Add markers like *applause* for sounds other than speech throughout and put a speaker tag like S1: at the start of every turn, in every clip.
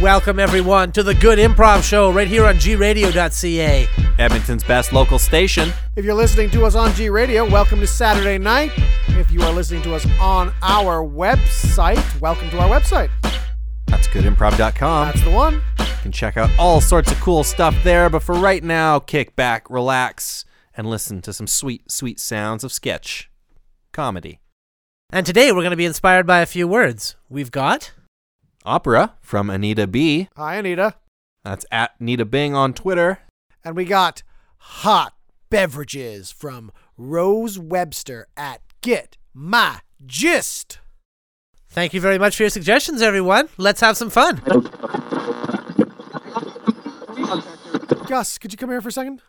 S1: Welcome, everyone, to the Good Improv Show right here on gradio.ca.
S2: Edmonton's best local station.
S3: If you're listening to us on G Radio, welcome to Saturday night. If you are listening to us on our website, welcome to our website.
S2: That's goodimprov.com.
S3: That's the one.
S2: You can check out all sorts of cool stuff there, but for right now, kick back, relax, and listen to some sweet, sweet sounds of sketch comedy.
S1: And today we're going to be inspired by a few words. We've got
S2: Opera from Anita B.
S3: Hi, Anita.
S2: That's at Anita Bing on Twitter.
S3: And we got hot beverages from Rose Webster at Get My Gist.
S1: Thank you very much for your suggestions, everyone. Let's have some fun.
S3: Gus, could you come here for a second?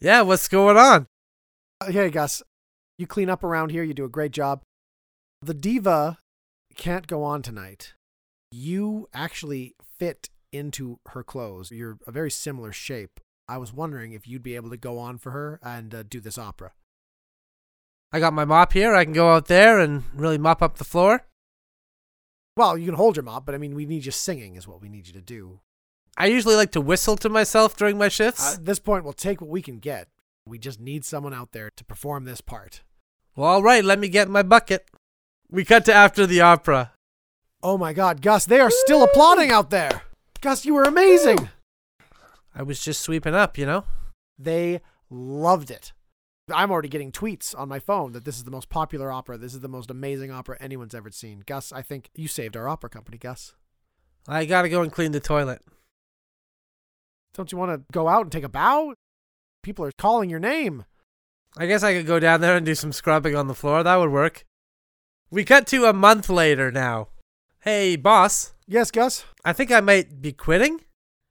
S1: Yeah, what's going on?
S3: Uh, hey, Gus. You clean up around here. You do a great job. The diva can't go on tonight. You actually fit into her clothes. You're a very similar shape. I was wondering if you'd be able to go on for her and uh, do this opera.
S1: I got my mop here. I can go out there and really mop up the floor.
S3: Well, you can hold your mop, but I mean, we need you singing, is what we need you to do.
S1: I usually like to whistle to myself during my shifts.
S3: At this point, we'll take what we can get. We just need someone out there to perform this part.
S1: well, all right, let me get my bucket. We cut to after the opera.
S3: Oh my God, Gus, they are still applauding out there. Gus, you were amazing.
S1: I was just sweeping up, you know?
S3: They loved it. I'm already getting tweets on my phone that this is the most popular opera. This is the most amazing opera anyone's ever seen. Gus, I think you saved our opera company, Gus.
S1: I gotta go and clean the toilet.
S3: Don't you want to go out and take a bow? People are calling your name.
S1: I guess I could go down there and do some scrubbing on the floor. That would work. We cut to a month later now. Hey, boss.
S3: Yes, Gus.
S1: I think I might be quitting.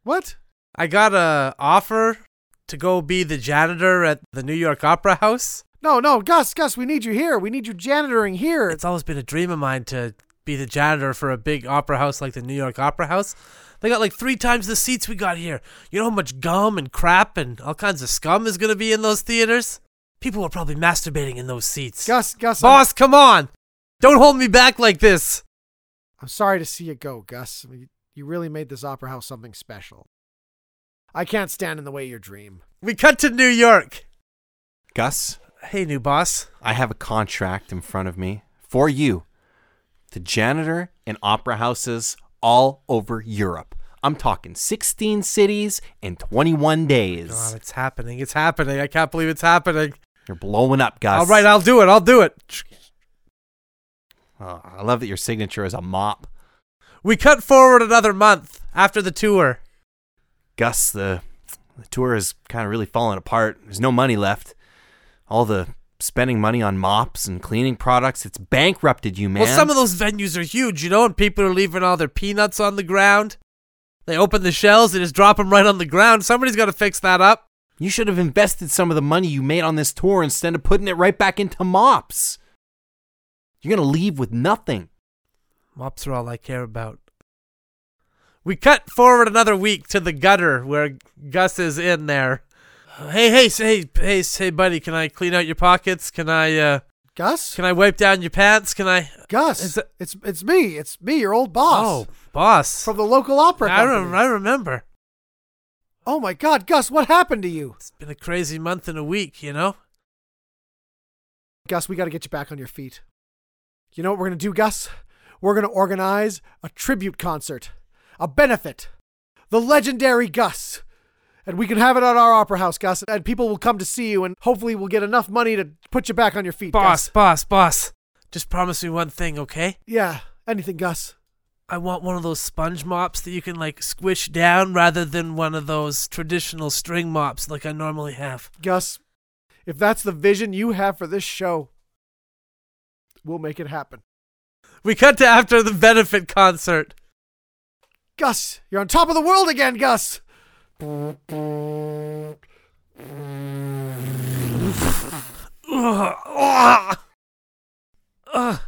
S3: What?
S1: I got a offer to go be the janitor at the New York Opera House.
S3: No, no, Gus, Gus, we need you here. We need you janitoring here.
S1: It's always been a dream of mine to be the janitor for a big opera house like the New York Opera House. They got like three times the seats we got here. You know how much gum and crap and all kinds of scum is going to be in those theaters? People were probably masturbating in those seats.
S3: Gus, Gus, I'm-
S1: Boss, come on! Don't hold me back like this!
S3: I'm sorry to see you go, Gus. I mean, You really made this opera house something special. I can't stand in the way of your dream.
S1: We cut to New York.
S2: Gus,
S1: Hey, new boss.
S2: I have a contract in front of me for you, the janitor in opera houses all over Europe. I'm talking 16 cities in 21
S1: God,
S2: days.
S1: Oh, it's happening. It's happening. I can't believe it's happening.
S2: You're blowing up, Gus.
S1: All right, I'll do it. I'll do it.
S2: Oh, I love that your signature is a mop.
S1: We cut forward another month after the tour.
S2: Gus, the, the tour is kind of really falling apart. There's no money left. All the spending money on mops and cleaning products, it's bankrupted you, man.
S1: Well, some of those venues are huge, you know, and people are leaving all their peanuts on the ground. They open the shells and just drop them right on the ground. Somebody's got to fix that up.
S2: you should have invested some of the money you made on this tour instead of putting it right back into mops. You're going to leave with nothing.
S1: Mops are all I care about. We cut forward another week to the gutter where Gus is in there. Hey, hey, say, hey, say, buddy, can I clean out your pockets? Can I, uh,
S3: Gus?
S1: can I wipe down your pants? Can I?
S3: Gus,
S1: Is it-
S3: it's it's me. It's me, your old boss
S1: Oh, boss.
S3: from the local opera
S1: I,
S3: company.
S1: rem- I remember.
S3: Oh my God, Gus, what happened to you?
S1: It's been a crazy month and a week, you know?
S3: Gus, we got to get you back on your feet. You know what we're gonna do, Gus? We're gonna organize a tribute concert, a benefit, the legendary Gus, and we can have it at our opera house, Gus, and people will come to see you, and hopefully we'll get enough money to put you back on your feet,
S1: Boss,
S3: Gus.
S1: boss, boss. Just promise me one thing, okay?
S3: Yeah, anything, Gus.
S1: I want one of those sponge mops that you can like squish down rather than one of those traditional string mops like I normally have.
S3: Gus, if that's the vision you have for this show, we'll make it happen.
S1: We cut to after the benefit concert.
S3: Gus, you're on top of the world again, Gus.
S1: Ugh, ugh. Ugh,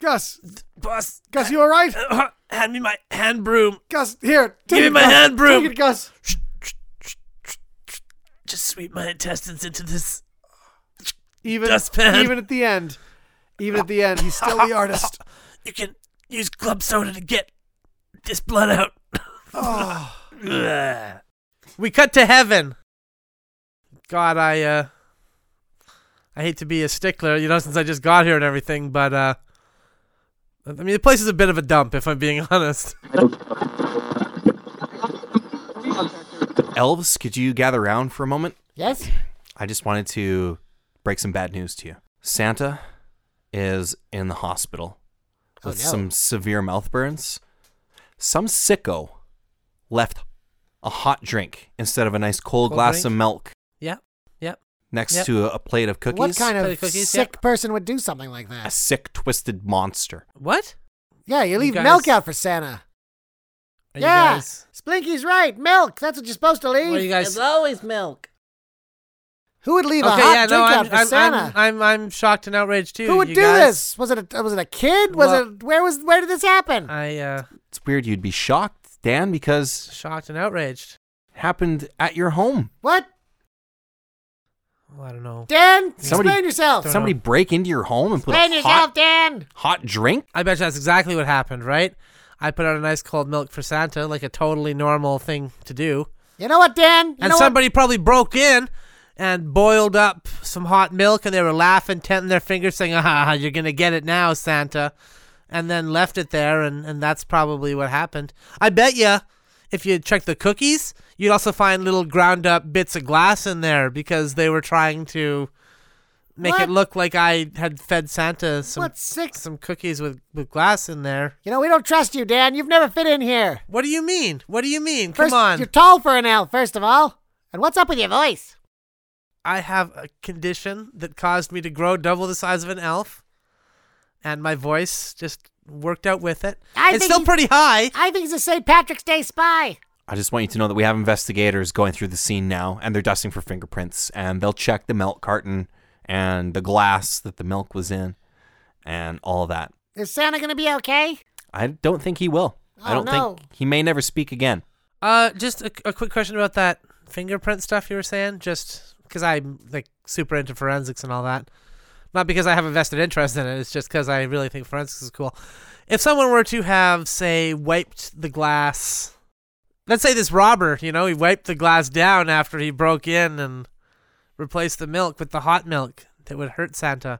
S3: Gus,
S1: boss,
S3: Gus, you all right?
S1: ugh, hand me my hand broom.
S3: Gus, here. Take
S1: Give me
S3: it,
S1: my
S3: Gus.
S1: hand broom.
S3: Take it, Gus.
S1: Just sweep my intestines into this.
S3: Even,
S1: Dustpan.
S3: even at the end, even at the end, he's still the artist.
S1: *sighs* You can use club soda to get this blood out.
S4: Oh,
S1: We cut to heaven. God, I uh I hate to be a stickler, you know, since I just got here and everything, but uh I mean the place is a bit of a dump if I'm being *laughs* honest.
S2: Elves, could you gather around for a moment?
S3: Yes?
S2: I just wanted to break some bad news to you. Santa is in the hospital
S3: Oh,
S2: with
S3: no.
S2: some severe mouth burns. Some sicko left a hot drink instead of a nice cold,
S1: Cold
S2: glass
S1: drink?
S2: of milk
S1: Yep. Yep.
S2: next
S1: Yep.
S2: to a, a plate of cookies.
S3: What kind
S1: Play
S3: of
S1: cookies,
S3: sick
S1: yep.
S3: person would do something like
S2: A
S3: that?
S2: sick, twisted monster.
S1: What?
S3: Yeah, you
S1: You
S3: leave
S1: guys-
S3: milk out for Santa.
S1: Are
S3: yeah,
S1: you guys
S3: Splinky's right. Milk. That's what you're supposed to leave.
S1: What are you guys-
S3: There's always milk. Who would leave a
S1: Okay,
S3: hot
S1: yeah,
S3: drink
S1: no,
S3: out
S1: I'm
S3: for
S1: I'm,
S3: Santa?
S1: I'm I'm I'm shocked and outraged too.
S3: Who would
S1: you
S3: do
S1: guys.
S3: this? Was it a, was it a kid? Was
S1: Well-
S3: it where was where did this happen?
S1: I uh
S2: It's weird you'd be shocked, Dan, because
S1: shocked and outraged.
S2: it happened at your home.
S3: what?
S1: Well, I don't know.
S3: Dan,
S2: Somebody-
S3: explain yourself.
S1: Don't know.
S2: Somebody break into your home and put
S3: Explain
S2: a
S3: yourself,
S2: hot,
S3: Dan.
S2: hot drink?
S1: I bet you that's exactly what happened, right? I put out a nice cold milk for Santa, like a totally normal thing to do.
S3: You know what, Dan? You
S1: and
S3: know
S1: somebody probably broke in and boiled up some hot milk and they were laughing tenting their fingers saying ah you're gonna get it now santa and then left it there and, and that's probably what happened i bet you if you check the cookies you'd also find little ground up bits of glass in there because they were trying to make
S3: What?
S1: it look like i had fed santa
S3: what?
S1: some
S3: What six?
S1: some cookies with, with glass in there
S3: You know we don't trust you, Dan. You've never fit in here.
S1: what do you mean what do you mean
S3: First,
S1: come on
S3: You're tall for an elf, first of all. And what's up with your voice?
S1: I have a condition that caused me to grow double the size of an elf, and my voice just worked out with it.
S3: I
S1: it's
S3: think
S1: still
S3: he's-
S1: pretty high.
S3: I think he's a St. Patrick's Day spy.
S2: I just want you to know that we have investigators going through the scene now and they're dusting for fingerprints and they'll check the milk carton and the glass that the milk was in and all that.
S3: Is Santa gonna be okay?
S2: I don't think he will. I
S3: Oh,
S2: don't
S3: no.
S2: think he may never speak again.
S1: Uh, just a, a quick question about that fingerprint stuff you were saying, just because I'm like super into forensics and all that. Not because I have a vested interest in it. It's just because I really think forensics is cool. If someone were to have, say, wiped the glass, let's say this robber, you know, he wiped the glass down after he broke in and replaced the milk with the hot milk that would hurt Santa.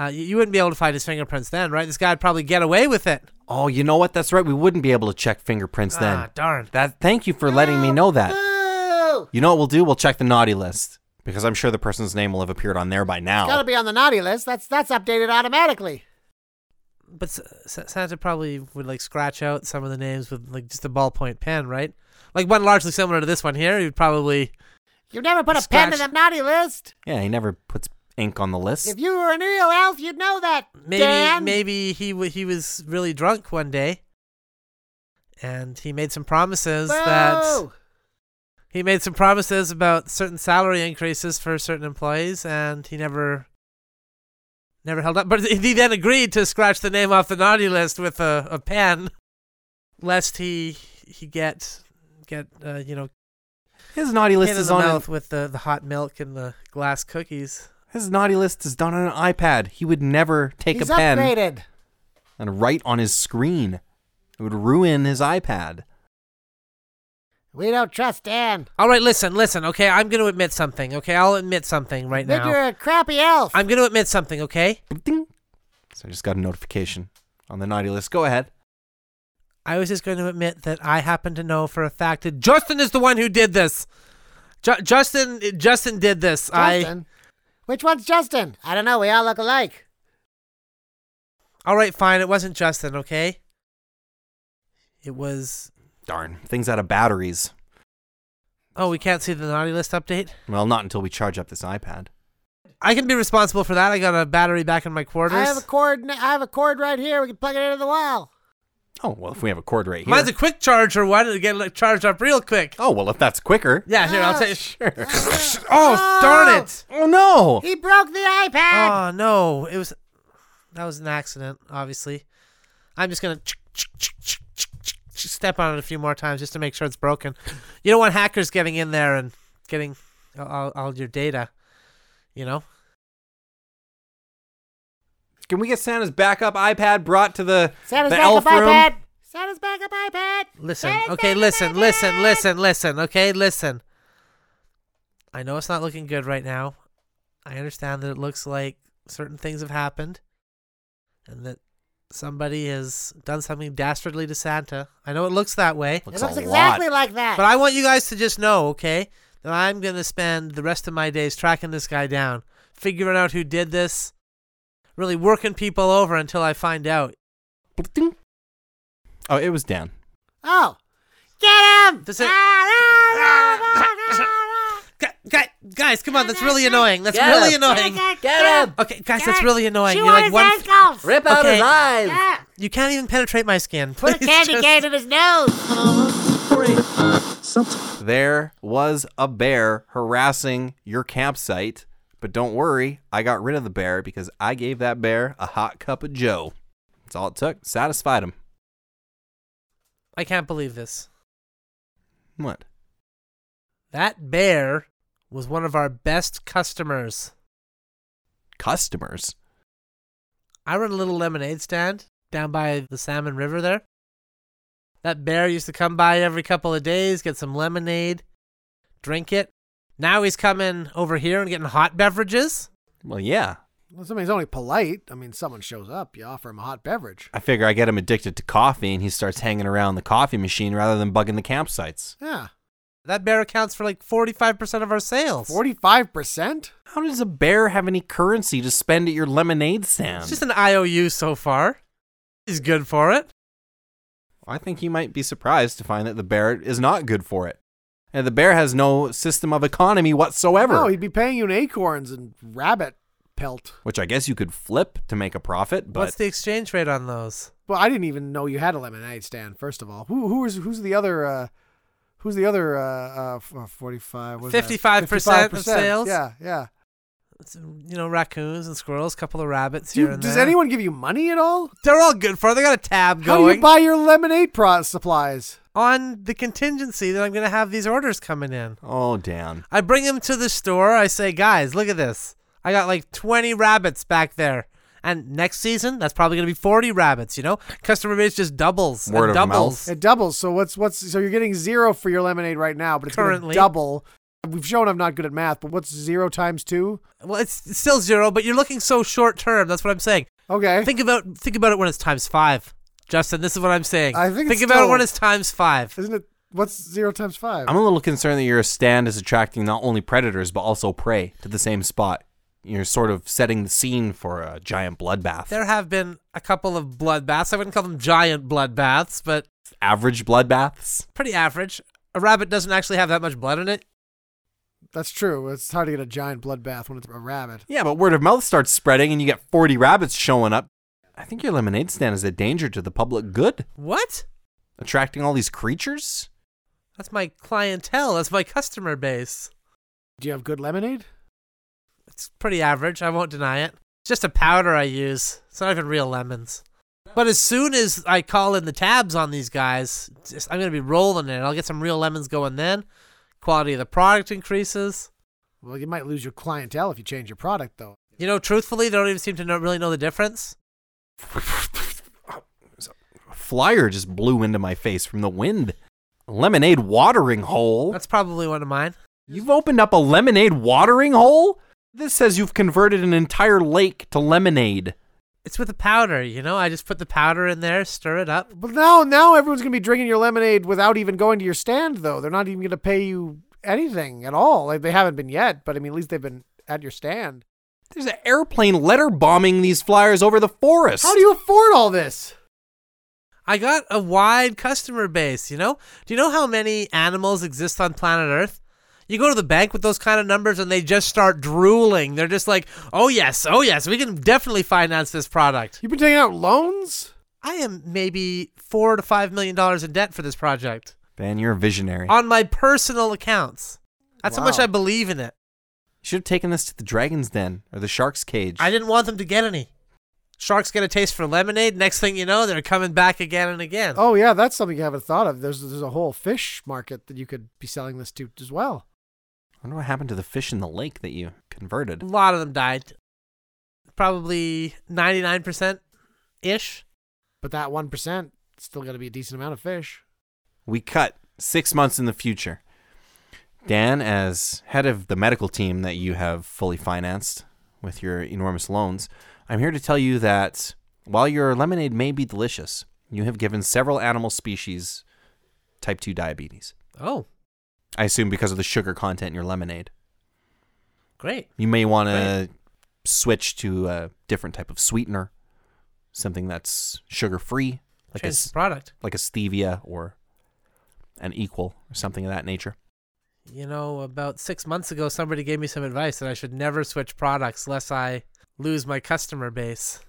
S1: Uh, you, you wouldn't be able to find his fingerprints then, right? This guy'd probably get away with it.
S2: Oh, you know what? That's right. We wouldn't be able to check fingerprints then.
S1: Ah, darn.
S2: That thank you for letting me know that.
S3: Boo!
S2: You know what we'll do? We'll check the naughty list because I'm sure the person's name will have appeared on there by now.
S3: Gotta be on the naughty list. That's that's updated automatically.
S1: But S- S- Santa probably would like scratch out some of the names with like just a ballpoint pen, right? Like one largely similar to this one here. He'd probably
S3: You never put a pen in
S1: Scratch.
S3: the naughty list.
S2: yeah, he never puts ink on the list.
S3: If you were an real elf, you'd know that.
S1: maybe
S3: Dan.
S1: maybe he w- he was really drunk one day, and he made some promises that
S3: Boo!
S1: he made some promises about certain salary increases for certain employees, and he never never held up. But he then agreed to scratch the name off the naughty list with a, a pen, lest he he get get uh, you know
S2: His naughty list
S1: Hand in
S2: is
S1: the
S2: on an,
S1: mouth with the, the hot milk and the glass cookies.
S2: his naughty list is done on an iPad. He would never take
S3: He's
S2: a pen.
S3: upgraded.
S2: and write on his screen. It would ruin his iPad.
S3: We don't trust Dan.
S1: All right, listen, listen. Okay, I'm going to admit something. Okay, I'll admit something right
S3: Then
S1: now.
S3: you're a crappy elf.
S1: I'm going to admit something. Okay,
S2: Ding. So I just got a notification on the naughty list. Go ahead.
S1: I was just going to admit that I happen to know for a fact that Justin is the one who did this. Ju- Justin, Justin did this. I.
S3: Justin. Which one's Justin? I don't know. We all look alike.
S1: All right, fine. It wasn't Justin. Okay. It was.
S2: Darn, things out of batteries.
S1: Oh, we can't see the naughty list update.
S2: Well, not until we charge up this iPad.
S1: I can be responsible for that. I got a battery back in my quarters.
S3: I have a cord. I have a cord right here. We can plug it into the wall.
S2: Oh well, if we have a cord right here.
S1: Mine's a quick charger one. It'll get like, charged up real quick.
S2: oh well, if that's quicker.
S1: Yeah, here, I'll
S3: Ah,
S1: tell you.
S2: Sure.
S1: Oh, darn it!
S2: oh no.
S3: He broke the
S1: Oh
S3: iPad.
S1: no, it was that was an accident, obviously. I'm just gonna step on it a few more times just to make sure it's broken. You don't want hackers getting in there and getting all, all your data. You know,
S2: Can we get Santa's backup iPad brought to the
S3: Santa's
S2: the
S3: back up
S2: elf room?
S3: iPad.
S5: Set us back up iPad.
S1: Listen,
S5: Set us
S1: okay,
S5: back up,
S1: listen, listen,
S5: iPad.
S1: listen, listen, okay, listen. I know it's not looking good right now. I understand that it looks like certain things have happened and that somebody has done something dastardly to Santa. I know it looks that way.
S2: Looks
S5: it looks
S2: a
S5: exactly
S2: lot.
S5: like that.
S1: But I want you guys to just know, okay, that I'm going to spend the rest of my days tracking this guy down, figuring out who did this, really working people over until I find out.
S2: Oh, it was Dan.
S5: oh, get him!
S1: Does
S3: Ah,
S1: it- *laughs*
S5: Get
S1: Gu- gu- Guys, come on, that's really annoying. That's really annoying.
S6: Get him!
S1: Okay, guys, that's really annoying.
S5: Chew on
S1: You're like
S5: his
S1: one. f-
S5: ankles.
S6: Rip out
S1: Okay.
S6: his eyes!
S5: Yeah.
S1: you can't even penetrate my skin. *laughs*
S5: Put a
S1: Please
S5: candy
S1: just-
S5: cane in his nose.
S2: There was a bear harassing your campsite, but don't worry, I got rid of the bear because I gave that bear a hot cup of Joe. That's all it took. Satisfied him.
S1: I can't believe this.
S2: What?
S1: That bear was one of our best customers.
S2: Customers?
S1: I run a little lemonade stand down by the Salmon River there. That bear used to come by every couple of days, get some lemonade, drink it. Now he's coming over here and getting hot beverages.
S2: Well, yeah.
S3: Well, somebody's only polite. I mean, someone shows up, you offer him a hot beverage.
S2: I figure I get him addicted to coffee and he starts hanging around the coffee machine rather than bugging the campsites.
S3: Yeah.
S1: That bear accounts for like 45% of our sales.
S3: 45%?
S2: How does a bear have any currency to spend at your lemonade stand?
S1: It's just an IOU so far. He's good for it.
S2: I think you might be surprised to find that the bear is not good for it. And the bear has no system of economy whatsoever.
S3: No, he'd be paying you in acorns and rabbit pelt.
S2: which I guess you could flip to make a profit, but
S1: What's the exchange rate on those?
S3: Well, I didn't even know you had a lemonade stand. First of all, who who is who's the other? Uh, who's the other? Uh, uh, forty five.
S1: 55% of sales?
S3: Yeah, yeah.
S1: It's, you know, raccoons and squirrels, couple of rabbits
S3: Do
S1: here
S3: you-
S1: and
S3: does
S1: there.
S3: anyone give you money at all?
S1: They're all good for it. They got a tab
S3: How do
S1: going
S3: you buy your lemonade pro- supplies?
S1: on the contingency that I'm going to have these orders coming in.
S2: oh, Dan.
S1: I bring them to the store. I say, guys, look at this. I got like 20 rabbits back there. And next season, that's probably going to be 40 rabbits, you know? Customer base just doubles and
S2: Word of mouth.
S1: doubles.
S3: It doubles. So what's what's so you're getting zero for your lemonade right now, but it's gonna
S1: Currently.
S3: double. We've shown I'm not good at math, but what's zero times two?
S1: Well, it's still zero, but you're looking so short term. That's what I'm saying.
S3: Okay.
S1: Think about think about it when it's times 5. Justin, this is what I'm saying.
S3: I think
S1: think
S3: it's
S1: about it when
S3: still-
S1: it's times 5.
S3: Isn't it what's zero times five?
S2: I'm a little concerned that your stand is attracting not only predators but also prey to the same spot. You're sort of setting the scene for a giant bloodbath.
S1: There have been a couple of bloodbaths. I wouldn't call them giant bloodbaths, but
S2: Average bloodbaths.
S1: pretty average. A rabbit doesn't actually have that much blood in it.
S3: That's true. It's hard to get a giant bloodbath when it's a rabbit.
S2: *laughs* Yeah, but word of mouth starts spreading and you get 40 rabbits showing up. I think your lemonade stand is a danger to the public good,
S1: What?
S2: attracting all these creatures.
S1: That's my clientele. That's my customer base.
S3: Do you have good lemonade?
S1: It's pretty average. I won't deny it. It's just a powder I use. It's not even real lemons. But as soon as I call in the tabs on these guys, just, I'm going to be rolling it. I'll get some real lemons going then. Quality of the product increases.
S3: Well, you might lose your clientele if you change your product, though.
S1: You know, truthfully, they don't even seem to know, really know the difference.
S2: A flyer just blew into my face from the wind. A lemonade watering hole.
S1: That's probably one of mine.
S2: You've opened up a lemonade watering hole? This says you've converted an entire lake to lemonade.
S1: It's with the powder, you know? I just put the powder in there, stir it up.
S3: But now, now everyone's gonna be drinking your lemonade without even going to your stand, though. They're not even gonna pay you anything at all. Like they haven't been yet, but I mean, at least they've been at your stand.
S2: There's an airplane letter bombing these flyers over the forest.
S3: How do you afford all this?
S1: I got a wide customer base, you know? Do you know how many animals exist on planet Earth? You go to the bank with those kind of numbers and they just start drooling. They're just like, oh, yes, oh, yes, we can definitely finance this product.
S3: You've been taking out loans.
S1: I am maybe four to five million dollars in debt for this project
S2: Ben, you're a visionary.
S1: on my personal accounts. That's how much
S3: Wow.
S1: I believe in it.
S2: you should have taken this to the dragon's den or the shark's cage.
S1: I didn't want them to get any. Sharks get a taste for lemonade. Next thing you know, they're coming back again and again.
S3: Oh yeah, that's something you haven't thought of. There's there's a whole fish market that you could be selling this to as well.
S2: wonder what happened to the fish in the lake that you
S1: A
S2: converted.
S1: lot of them died. Probably 99% ish.
S3: But that one percent still got to be a decent amount of fish.
S2: We cut six months in the future. Dan, as head of the medical team that you have fully financed with your enormous loans, I'm here to tell you that while your lemonade may be delicious, you have given several animal species type 2 diabetes.
S1: Oh,
S2: I assume because of the sugar content in your lemonade.
S1: great.
S2: You may want to switch to a different type of sweetener, something that's sugar free, like a,
S1: Change the
S2: s-
S1: product.
S2: like a stevia or an equal or something of that nature.
S1: You know, about six months ago, somebody gave me some advice that I should never switch products lest I lose my customer base.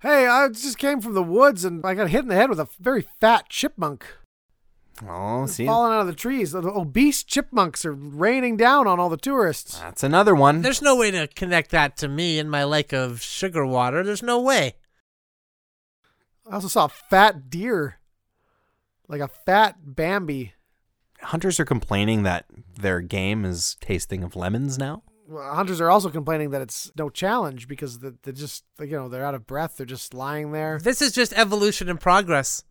S3: Hey, I just came from the woods and I got hit in the head with a very fat chipmunk
S2: Oh, see,
S3: falling out of the trees. The obese chipmunks are raining down on all the tourists.
S2: that's another one.
S1: There's no way to connect that to me and my like of sugar water. There's no way.
S3: I also saw a fat deer, like a fat Bambi.
S2: Hunters are complaining that their game is tasting of lemons now.
S3: Well, hunters are also complaining that it's no challenge because the- they're just you know they're out of breath. They're just lying there.
S1: This is just evolution in progress.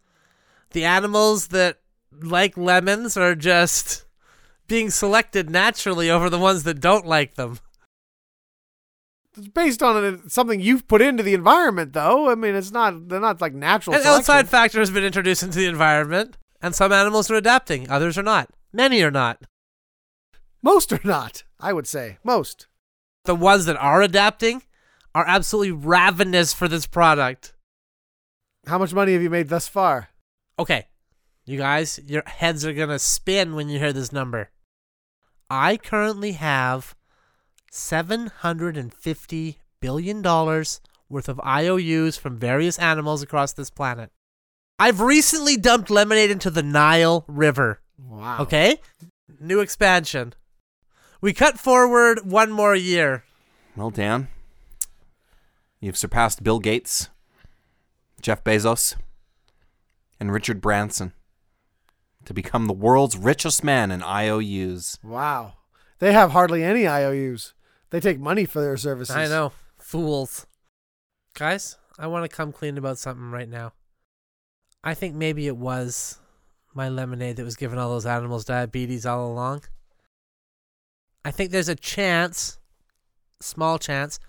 S1: The animals that like lemons are just being selected naturally over the ones that don't like them.
S3: It's based on it- something you've put into the environment, though. I mean, it's not they're not like natural.
S1: An
S3: selection.
S1: outside factor has been introduced into the environment, and some animals are adapting, others are not. Many are not.
S3: Most are not. I would say most.
S1: The ones that are adapting are absolutely ravenous for this product.
S3: How much money have you made thus far?
S1: Okay, you guys, your heads are gonna spin when you hear this number. I currently have $750 billion worth of IOUs from various animals across this planet. I've recently dumped lemonade into the Nile River.
S3: Wow.
S1: Okay? New expansion. We cut forward one more year.
S2: Well, Dan, you've surpassed Bill Gates, Jeff Bezos, and Richard Branson to become the world's richest man in IOUs.
S3: Wow. They have hardly any IOUs. They take money for their services.
S1: I know. Fools. Guys, I want to come clean about something right now. I think maybe it was my lemonade that was giving all those animals diabetes all along. I think there's a chance, small chance,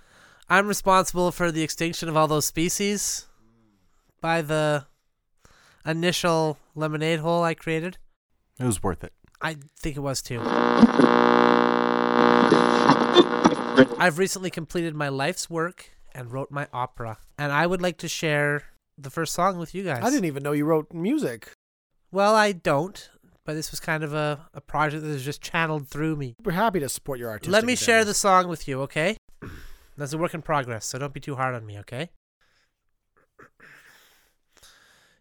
S1: I'm responsible for the extinction of all those species by the initial lemonade hole I created.
S2: It was worth it.
S1: I think it was too. I've recently completed my life's work and wrote my opera, and I would like to share the first song with you guys.
S3: I didn't e- even know you wrote music.
S1: Well, I don't, but this was kind of a, a project that was just channeled through me.
S3: We're happy to support your artistic.
S1: Let me share
S3: endeavors.
S1: the song with you, okay? That's a work in progress, so don't be too hard on me, okay?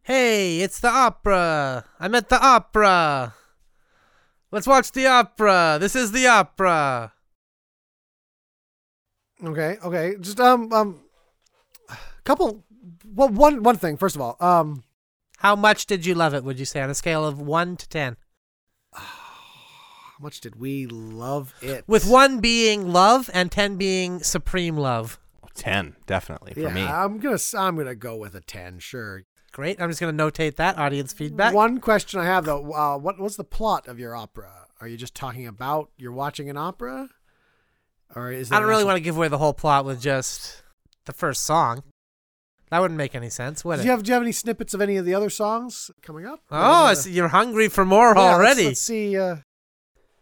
S1: Hey, it's the opera. I'm at the opera. Let's watch the opera. This is the opera.
S3: Okay, okay. Just um um couple well one one thing first of all. Um *sighs*
S1: How much did you love it, would you say, on a scale of 1 to 10?
S3: how much did we love it?
S1: With 1 being love and 10 being supreme love.
S2: Oh, 10, definitely, for
S3: yeah,
S2: me.
S3: I'm going to I'm going to go with a 10, sure.
S1: Great. I'm just going to notate that audience feedback.
S3: One question I have though, uh, what what's the plot of your opera? Are you just talking about you're watching an opera? Or is
S1: I don't really want to give away the whole plot with just the first song. That wouldn't make any sense, would
S3: Do
S1: it?
S3: you have do you have any snippets of any of the other songs coming up?
S1: Oh,
S3: I
S1: I see you're hungry for more already.
S3: Let's, see uh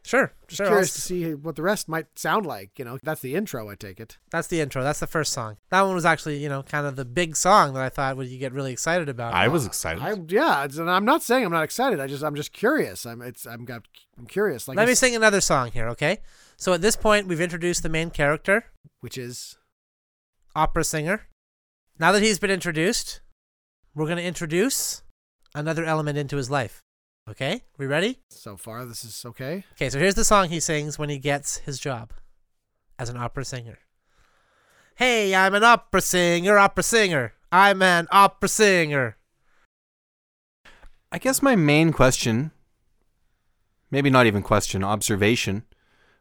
S1: sure.
S3: just
S1: sure, I'll
S3: curious
S1: s-
S3: to see what the rest might sound like, you know. That's the intro, I take it.
S1: That's the intro. That's the first song. That one was actually, you know, kind of the big song that I thought would you get really excited about.
S6: I was excited.
S3: I, yeah, it's, and I'm not saying I'm not excited. I just I'm just curious. I'm it's I'm got I'm curious. Like
S1: Let me
S3: it's-
S1: sing another song here, okay? So at this point, we've introduced the main character,
S3: which is
S1: opera singer. Now that he's been introduced, we're going to introduce another element into his life. Okay? We ready?
S3: so far this is okay.
S1: Okay, so here's the song he sings when he gets his job as an opera singer. Hey, I'm an opera singer, opera singer. I'm an opera singer.
S2: I guess my main question, maybe not even question, observation,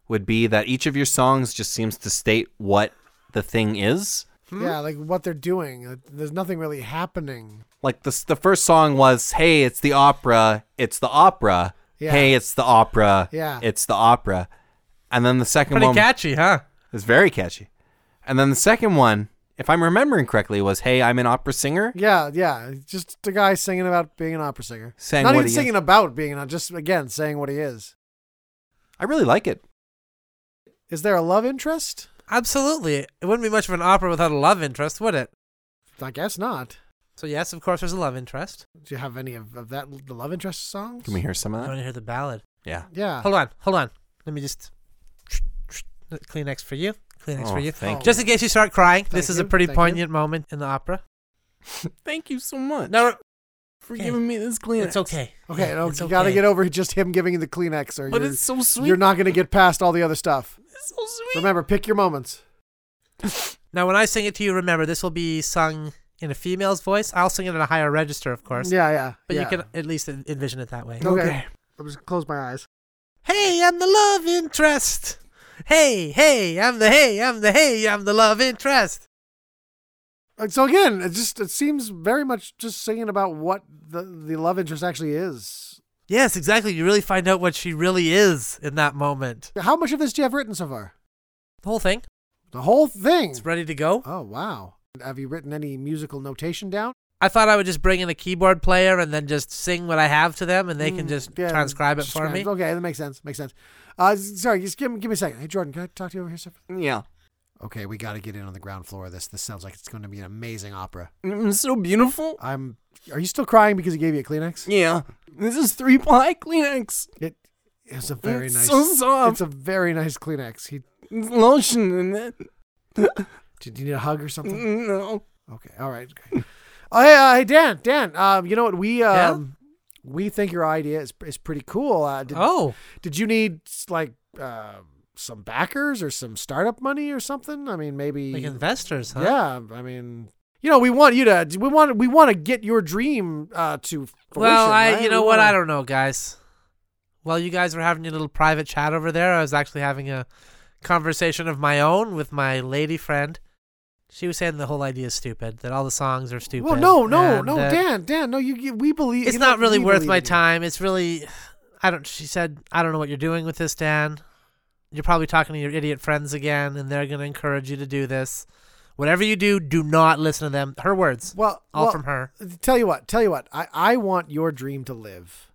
S2: would be that each of your songs just seems to state what the thing is.
S3: Yeah, like what they're doing. Uh, There's nothing really happening.
S2: Like the s- the first song was, "Hey, it's the opera. It's the opera.
S3: Yeah.
S2: Hey, it's the opera.
S3: Yeah.
S2: it's the opera." And then the second
S1: Pretty
S2: one
S1: catchy, huh?
S2: is very catchy. And then the second one, if I'm remembering correctly, was, "Hey, I'm an opera singer."
S3: Yeah, yeah. it's Just a guy singing about being an opera singer.
S2: Saying
S3: Not
S2: what
S3: even
S2: he
S3: singing
S2: is.
S3: about being an just again saying what he is.
S2: I really like it.
S3: Is there a love interest?
S1: Absolutely. It wouldn't be much of an opera without a love interest, would it?
S3: I guess not.
S1: So yes, of course, there's a love interest.
S3: Do you have any of, of that the love interest songs?
S2: Can we hear some
S1: I
S2: of
S1: want
S2: that?
S1: to hear the ballad.
S2: Yeah.
S3: Yeah.
S1: Hold on, hold on. Let me just Kleenex for you. Kleenex
S2: Oh,
S1: for you.
S2: thank
S1: Just in case you start crying,
S3: Thank
S1: this is a
S3: you,
S1: pretty
S3: thank you.
S1: poignant moment in the opera.
S2: *laughs* Thank you so much
S1: No,
S2: for
S1: okay.
S2: giving me this Kleenex.
S1: it's okay.
S3: Okay,
S1: Yeah,
S3: no,
S1: it's
S3: you gotta
S1: okay.
S3: get over just him giving you the Kleenex, or
S2: But
S3: you're,
S2: it's so sweet.
S3: you're not gonna get past all the other stuff.
S2: *laughs* It's so sweet.
S3: Remember, pick your moments.
S1: Now, when I sing it to you, remember this will be sung in a female's voice. I'll sing it in a higher register, of course.
S3: Yeah, yeah.
S1: But
S3: yeah.
S1: you can at least en- envision it that way.
S3: Okay. I'm just gonna close my eyes.
S1: Hey, I'm the love interest. Hey, hey, I'm the hey, I'm the hey, I'm the love interest.
S3: Uh, So again, it just it seems very much just singing about what the the love interest actually is.
S1: Yes, exactly. You really find out what she really is in that moment.
S3: How much of this do you have written so far?
S1: The whole thing.
S3: The whole thing.
S1: It's ready to go.
S3: Oh wow. Have you written any musical notation down?
S1: I thought I would just bring in a keyboard player and then just sing what I have to them, and they can
S3: Mm,
S1: just
S3: yeah,
S1: transcribe it for
S3: transcribe.
S1: me.
S3: Okay, that makes sense. Makes sense. Uh, s- sorry, just give, me- give me a second. Hey, Jordan, can I talk to you over here? Sir?
S2: Yeah.
S3: Okay, we got to get in on the ground floor of this. This sounds like it's going to be an amazing opera.
S2: Mm, so beautiful.
S3: I'm. Are you still crying because he gave you a Kleenex?
S2: Yeah. This is three ply Kleenex.
S3: It is a very
S2: It's
S3: nice.
S2: so soft.
S3: It's a very nice Kleenex. He.
S2: Lotion in it.
S3: Did you need a hug or
S2: *laughs*
S3: something?
S2: No.
S3: Okay. All right. Okay. *laughs* oh, hey, uh, hey, Dan. Dan. Um, you know what we
S1: Yeah?
S3: um, we think your idea is is pretty cool. Uh, did,
S1: Oh,
S3: Did you need like uh, some backers or some startup money or something? I mean, maybe.
S1: like investors, huh?
S3: Yeah, I mean, you know, we want you to, we want, we want to get your dream uh, to. Fruition,
S1: Well, I,
S3: right?
S1: you know
S3: We
S1: what?
S3: wanna-
S1: I don't know, guys. While you guys were having your little private chat over there, I was actually having a conversation of my own with my lady friend. She was saying the whole idea is stupid, that all the songs are stupid.
S3: Well, no, no,
S1: and,
S3: no,
S1: uh,
S3: Dan, Dan, no, you, you we believe
S1: It's
S3: you know,
S1: not really
S3: we
S1: worth
S3: believe
S1: my
S3: in you.
S1: time. It's really, I don't. She said, I don't know what you're doing with this, Dan. You're probably talking to your idiot friends again, and they're going to encourage you to do this. Whatever you do, do not listen to them. Her words,
S3: Well,
S1: all
S3: well,
S1: from her.
S3: Tell you what, tell you what, I, I want your dream to live,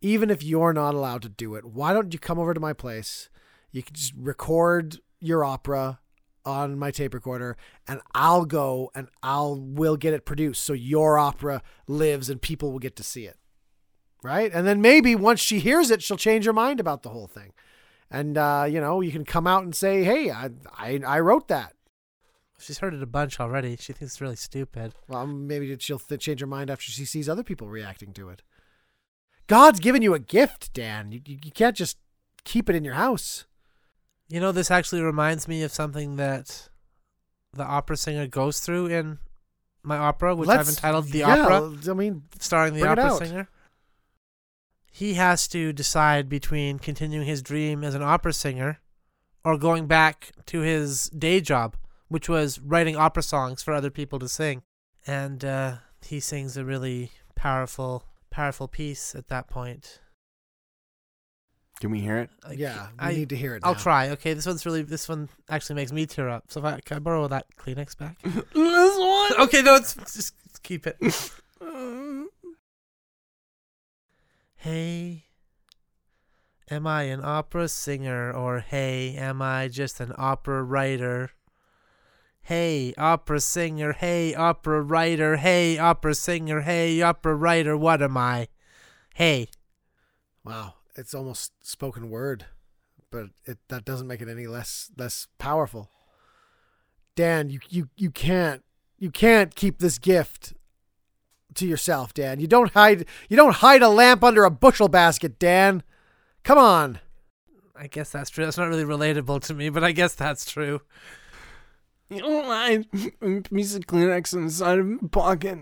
S3: even if you're not allowed to do it. Why don't you come over to my place? You can just record your opera on my tape recorder, and I'll go and I'll will get it produced, so your opera lives and people will get to see it, right? And then maybe once she hears it, she'll change her mind about the whole thing, and uh, you know you can come out and say, hey, I I, I wrote that.
S1: She's heard it a bunch already. She thinks it's really stupid.
S3: Well, maybe she'll th- change her mind after she sees other people reacting to it. God's given you a gift, Dan. You, you, you can't just keep it in your house.
S1: You know, this actually reminds me of something that the opera singer goes through in my opera, which I've
S3: Let's-
S1: entitled The
S3: yeah,
S1: Opera,
S3: I mean,
S1: starring the
S3: bring it
S1: opera
S3: out.
S1: singer. He has to decide between continuing his dream as an opera singer or going back to his day job, which was writing opera songs for other people to sing. And uh, he sings a really powerful, powerful piece at that point.
S2: Can we hear it?
S1: Like,
S3: yeah, we
S1: I-
S3: need to hear it.
S1: I'll
S3: now.
S1: try. Okay, this one's really. This one actually makes me tear up. So if I can I borrow that Kleenex back?
S2: this
S1: *laughs*
S2: one.
S1: okay, no, it's, just keep it. *laughs* Hey, am I an opera singer or hey, am I just an opera writer? Hey, opera singer. Hey, opera writer. Hey, opera singer. Hey, opera writer. What am I? Hey,
S3: Wow, it's almost spoken word, but it that doesn't make it any less less powerful. Dan, you you you can't you can't keep this gift to yourself, Dan. You don't hide you don't hide a lamp under a bushel basket, Dan. Come on.
S1: I guess that's true. That's not really relatable to me, but I guess that's true.
S2: You don't mind a piece of Kleenex inside of my pocket.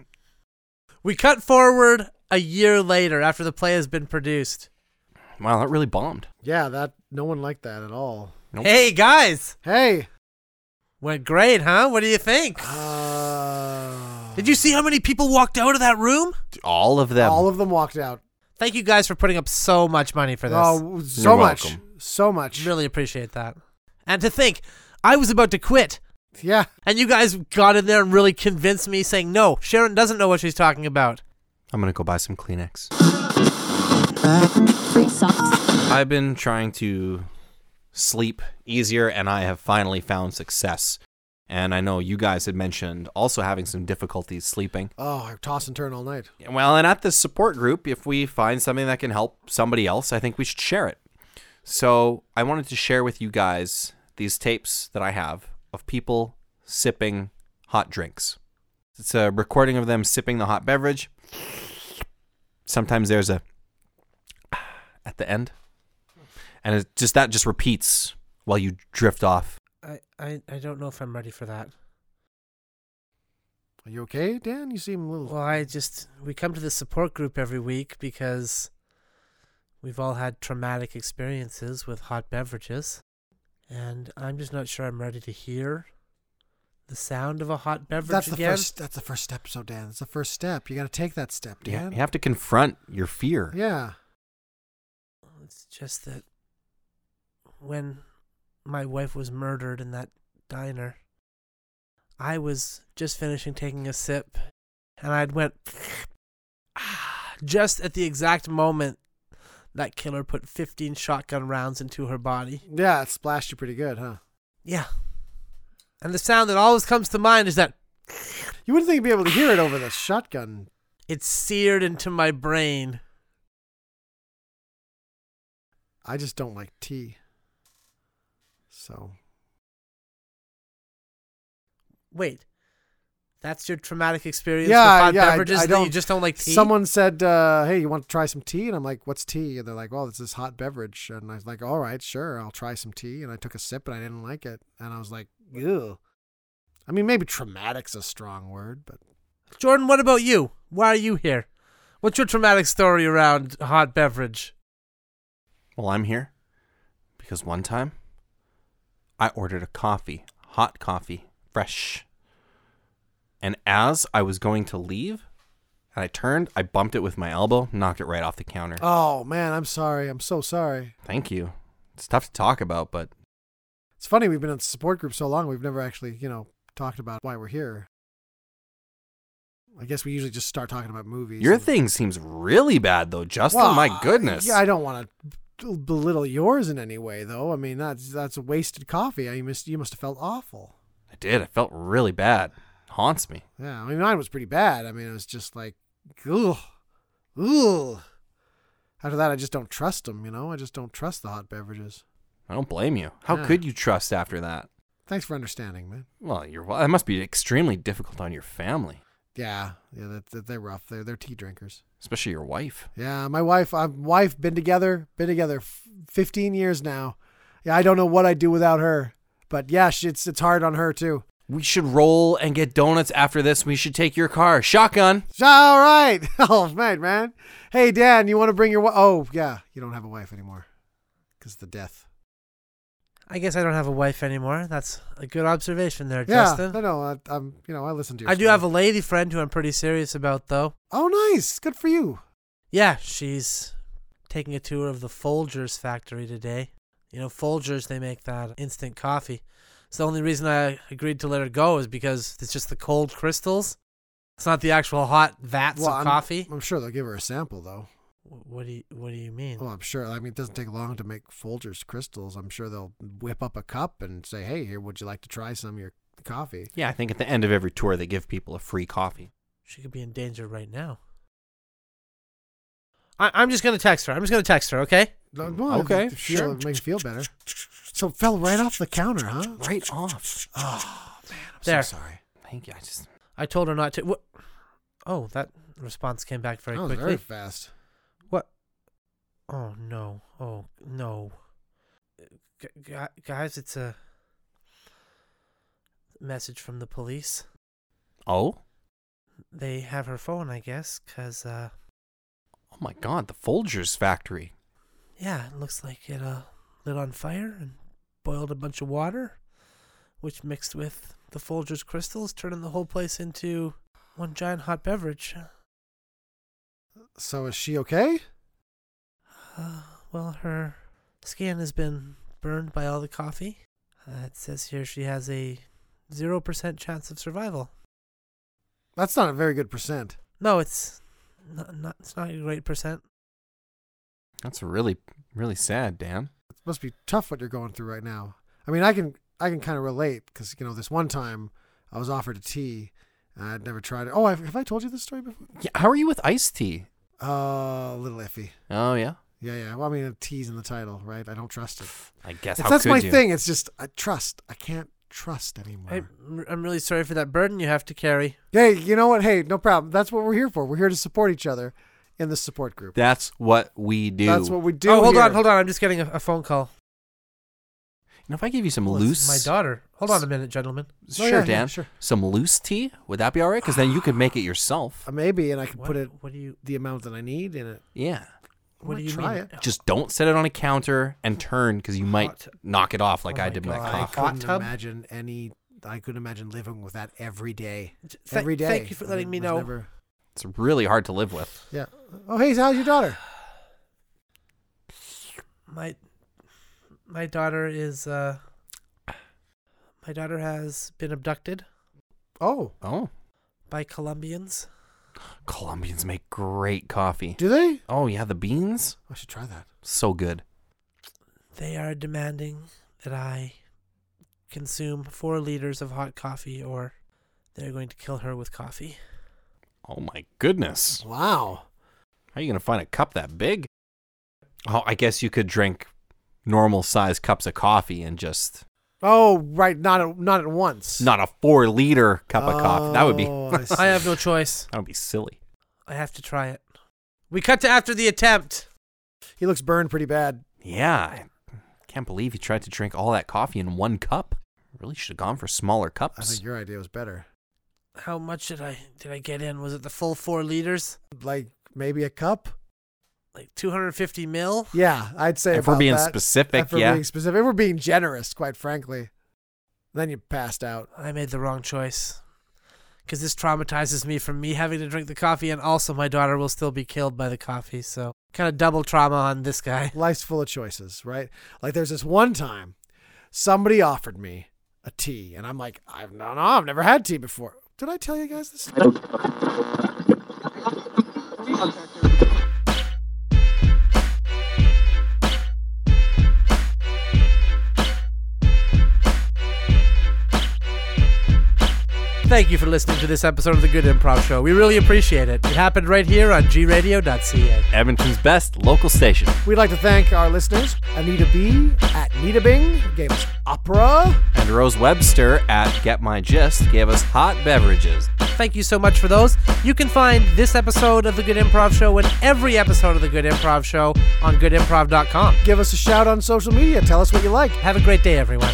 S1: We cut forward a year later after the play has been produced.
S2: Wow, that really bombed.
S3: Yeah, that no one liked that at all.
S2: Nope.
S1: Hey guys,
S3: Hey,
S1: Went great, huh? What do you think?
S3: Uh,
S1: Did you see how many people walked out of that room?
S2: All of them.
S3: all of them walked out.
S1: Thank you guys for putting up so much money for this.
S3: Oh, so much,
S2: welcome.
S3: so much.
S1: Really appreciate that. And to think, I was about to quit,
S3: Yeah,
S1: and you guys got in there and really convinced me saying, no, Sharon doesn't know what she's talking about.
S2: I'm gonna go buy some Kleenex.
S6: Free socks.
S2: I've been trying to sleep easier and I have finally found success. And I know you guys had mentioned also having some difficulties sleeping.
S3: Oh, I toss and turn all night.
S2: Well, and at this support group, if we find something that can help somebody else, I think we should share it. So I wanted to share with you guys these tapes that I have of people sipping hot drinks. It's a recording of them sipping the hot beverage. Sometimes there's a at the end, and it just that just repeats while you drift off.
S1: I, I, I don't know if I'm ready for that.
S3: Are you okay, Dan? You seem a little.
S1: Well, I just, we come to the support group every week because we've all had traumatic experiences with hot beverages. And I'm just not sure I'm ready to hear the sound of a hot beverage
S3: that's the
S1: again.
S3: first. That's the first step. So Dan, that's the first step. You got to take that step,
S2: You ha-
S3: Dan.
S2: you have to confront your fear.
S3: Yeah.
S1: It's just that when my wife was murdered in that diner, I was just finishing taking a sip and I'd went *sighs* "Ah," just at the exact moment that killer put 15 shotgun rounds into her body.
S3: Yeah, it splashed you pretty good, huh?
S1: Yeah. And the sound that always comes to mind is that
S3: You wouldn't think you'd be able to hear it over the shotgun.
S1: it's seared into my brain.
S3: I just don't like tea. So
S1: Wait. That's your traumatic experience
S3: Yeah,
S1: with hot
S3: yeah, I-
S1: beverages
S3: I
S1: that you
S3: don't-
S1: just don't like tea?
S3: someone said, uh, "Hey, you want to try some tea?" And I'm like, "What's tea?" And they're like, "Well, it's this hot beverage." And I was like, "All right, sure, I'll try some tea." And I took a sip, and I didn't like it. And I was like, "Ew." I mean, maybe traumatic's a strong word, but
S1: Jordan, what about you? Why are you here? What's your traumatic story around hot beverage?
S2: Well, I'm here because one time I ordered a coffee, hot coffee, fresh. And as I was going to leave, and I turned, I bumped it with my elbow, knocked it right off the counter.
S3: oh man, I'm sorry. I'm so sorry.
S2: Thank you. It's tough to talk about, but
S3: It's funny we've been in the support group so long, we've never actually, you know, talked about why we're here. I guess we usually just start talking about movies.
S2: your
S3: and-
S2: thing seems really bad though, Justin.
S3: Well,
S2: my goodness.
S3: Yeah, I don't want to belittle yours in any way, though. I mean, that's that's a wasted coffee. I must you must have felt awful.
S2: I did. I felt really bad. Haunts me.
S3: Yeah, I mean, mine was pretty bad. I mean, it was just like, ugh, ugh. After that, I just don't trust them. You know, I just don't trust the hot beverages.
S2: I don't blame you. How
S3: Yeah.
S2: could you trust after that?
S3: Thanks for understanding, man.
S2: Well, you're well, that must be extremely difficult on your family,
S3: Yeah, yeah, that, that they're rough. They're they're tea drinkers.
S2: especially your wife.
S3: Yeah, my wife, I've wife been together, been together f- 15 years now. Yeah, I don't know what I'd do without her. But yeah, she, it's it's hard on her too.
S2: We should roll and get donuts after this. We should take your car. Shotgun.
S3: All right. *laughs* All right, man. Hey, Dan, you want to bring your wife? Oh, yeah. You don't have a wife anymore because the death.
S1: I guess I don't have a wife anymore. That's a good observation there,
S3: Yeah. No,
S1: Justin.
S3: no. I, I'm, you know, I listen to you.
S1: I do have a lady friend who I'm pretty serious about, though.
S3: Oh, nice. Good for you.
S1: Yeah, she's taking a tour of the Folgers factory today. You know, Folgers, they make that instant coffee. So the only reason I agreed to let her go is because it's just the cold crystals. It's not the actual hot vats
S3: Well,
S1: of
S3: I'm-
S1: coffee.
S3: I'm sure they'll give her a sample, though.
S1: Wh- What do you, what do you mean?
S3: Well, I'm sure. I mean, it doesn't take long to make Folgers crystals. I'm sure they'll whip up a cup and say, hey, here, would you like to try some of your coffee?
S2: Yeah, I think at the end of every tour they give people a free coffee.
S1: She could be in danger right now. I, I'm just gonna text her. I'm just gonna text her, Mm, okay?
S3: No, no,
S2: Okay,
S3: it- it feel-
S2: sure.
S3: it Make you feel better. So it fell right off the counter, huh?
S2: Right off.
S3: Oh man, I'm
S1: There.
S3: so sorry.
S2: Thank you. I just
S1: I told her not to. What? Oh, that response came back very
S3: that was
S1: quickly.
S3: very fast.
S1: what? Oh no! Oh no! Gu- gu- guys, it's a message from the police.
S2: Oh?
S1: They have her phone, I guess, 'cause uh,
S2: Oh my god, the Folgers factory.
S1: yeah, it looks like it uh lit on fire and boiled a bunch of water. which mixed with the Folgers crystals, turning the whole place into one giant hot beverage.
S3: So is she okay?
S1: Uh, well, her skin has been burned by all the coffee. Uh, it says here she has a 0% chance of survival.
S3: That's not a very good percent.
S1: No, it's not, not, it's not a great percent.
S2: That's really, really sad, Dan.
S3: It must be tough what you're going through right now. I mean, I can I can kind of relate because you know this one time I was offered a tea and I'd never tried it. Oh, I've, have I told you this story before?
S2: Yeah, how are you with iced tea?
S3: Uh, a little iffy.
S2: Oh yeah,
S3: Yeah, yeah. Well, I mean, a tea's in the title, right? I don't trust it.
S2: I guess
S3: It's-
S2: how
S3: that's
S2: could
S3: my
S2: you?
S3: thing. It's just I trust. I can't trust anymore.
S1: I, I'm really sorry for that burden you have to carry.
S3: Hey, you know what? Hey, no problem. That's what we're here for. We're here to support each other in the support group.
S2: That's what we do.
S3: That's what we do.
S1: oh, hold
S3: here.
S1: on, hold on. I'm just getting a, a phone call.
S2: Now, if I gave you some
S1: Well, it's
S2: loose,
S1: My daughter. Hold on a minute, gentlemen.
S3: No,
S2: Oh, sure,
S3: yeah, yeah,
S2: Dan,
S3: sure.
S2: some loose tea would that be all right? Because then you could make it yourself. *sighs*
S3: Uh, Maybe, and I can
S1: What,
S3: put it
S1: What do you?
S3: the amount that I need in it.
S2: Yeah,
S1: What
S3: might
S1: do you
S3: try
S1: mean? Oh,
S2: just don't set it on a counter and turn because you might
S1: Hot-
S2: knock it off like
S1: Oh
S2: I
S1: my
S2: did
S1: God.
S2: my
S3: I
S1: Hot
S2: coffee.
S3: couldn't
S1: tub?
S3: imagine any. I couldn't imagine living with that every day.
S1: Th-
S3: every day.
S1: Thank you for
S3: I
S1: letting me
S3: was
S1: know.
S3: never-
S2: It's really hard to live with.
S3: yeah. Oh, hey, how's your daughter?
S1: My my daughter is uh my daughter has been abducted
S3: Oh,
S2: Oh,
S1: by Colombians.
S2: Colombians make great coffee.
S3: do they?
S2: Oh yeah, the beans
S3: I should try that.
S2: so good.
S1: They are demanding that I consume 4 liters of hot coffee or they're going to kill her with coffee.
S3: *laughs*
S2: Oh my goodness,
S3: Wow.
S2: how are you gonna find a cup that big? Oh, I guess you could drink normal size cups of coffee and just
S3: Oh, right. Not at, not at once.
S2: not a four liter cup of coffee. That would be
S3: Oh,
S2: *laughs*
S3: I see.
S1: I have no choice.
S2: that would be silly.
S1: I have to try it. We cut to after the attempt.
S3: He looks burned pretty bad.
S2: Yeah, I can't believe you tried to drink all that coffee in one cup. Really should have gone for smaller
S3: I
S2: cups.
S3: think your idea was better.
S1: How much did I did I get in? Was it the full 4 liters?
S3: Like maybe a cup.
S1: Like 250 mil?
S3: Yeah, I'd say.
S2: If we're
S3: about
S2: being
S3: that.
S2: specific,
S3: If we're
S2: yeah.
S3: being specific, if we're being generous, quite frankly. Then you passed out.
S1: I made the wrong choice. Because this traumatizes me from me having to drink the coffee, and also my daughter will still be killed by the coffee. So, kind of double trauma on this guy. *laughs*
S3: Life's full of choices, right? Like there's this one time, somebody offered me a tea, and I'm like, I've no, no, I've never had tea before. Did I tell you guys this?
S1: Thank you for listening to this episode of The Good Improv Show. We really appreciate it. It happened right here on gradio.ca.
S2: Edmonton's best local station.
S3: We'd like to thank our listeners, Anita B at Nita Bing, gave us opera.
S2: And Rose Webster at Get My Gist gave us hot beverages.
S1: Thank you so much for those. You can find this episode of The Good Improv Show and every episode of The Good Improv Show on goodimprov.com.
S3: Give us a shout on social media. Tell us what you like.
S1: Have a great day, everyone.